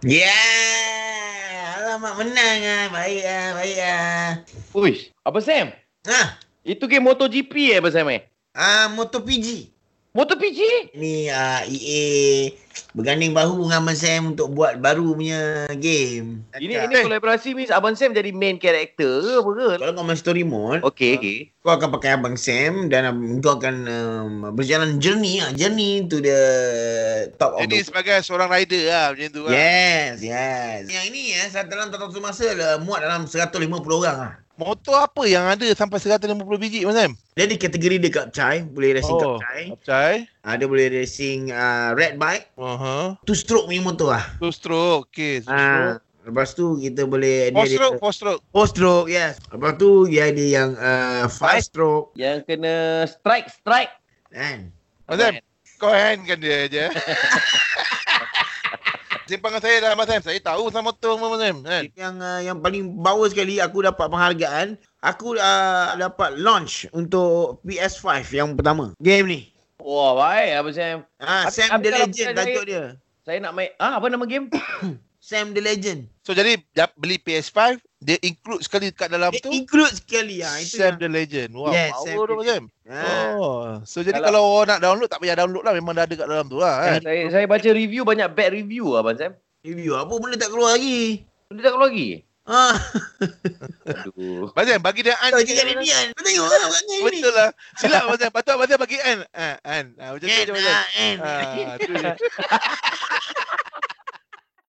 Ya. Alamak menang ah. Baik ah, baik ah. Uish, Abang Sam. Ha. Itu game MotoGP eh Abang Sam eh? Ah, MotoPG. MotoGP? Ni ah, EA berganding bahu dengan Abang Sam untuk buat baru punya game. Ini ini kolaborasi means Abang Sam jadi main karakter ke apa ke? Kalau kau main story mode, Okey, okey. kau akan pakai Abang Sam dan um, kau akan um, berjalan journey ah, journey to the top of Jadi the sebagai seorang rider lah macam tu ah. lah. Yes, yes. Yang ini ya, saya dalam tak tahu masa lah, muat dalam 150 orang ah. Motor apa yang ada sampai 150 biji Mas Sam? Dia ada kategori dia capcai, boleh racing oh. capcai. Capcai. Ada boleh racing uh, red bike, Aha. two stroke punya motor ah. Two stroke. Okay. Two stroke. Ah, lepas tu kita boleh Four dia- stroke, dia four stroke. four stroke, yes. Lepas tu dia ada yang uh, five stroke Yang kena strike strike. kan. Mas Sam, kau handkan dia je. Simpangan saya dah Mas Sam. Saya tahu sama motor pun Mas Sam. Kan? Yang uh, yang paling bawah sekali aku dapat penghargaan, aku uh, dapat launch untuk PS5 yang pertama. Game ni. Wah, baik Abang Sam. Ah, Tapi- Sam the tapi kalau Legend bukan tajuk dia. Saya nak main ah apa nama game? Sam the Legend. So jadi dah beli PS5, dia include sekali kat dalam Dia tu. include sekali ah. Itu yang, Sam the Legend. Wah, Yes, power Sam tu the Mas Sam. ah. Oh, so jadi kalau, Kalau- orang nak download tak payah download lah memang dah ada kat dalam tu lah Eh, kan. saya saya baca review banyak bad review Abang Sam. Review apa benda tak keluar lagi. Dia tak keluar lagi. Ah, Aduh. Bazan bagi dia an. kau cakap dia Dian. Kau tengok ah bukannya ini. Betul lah. Silap Bazan. Patut Bazan bagi an. Ah, an. Ah, macam tu Kan, je Bazan. ah, kan. Ah, tu je.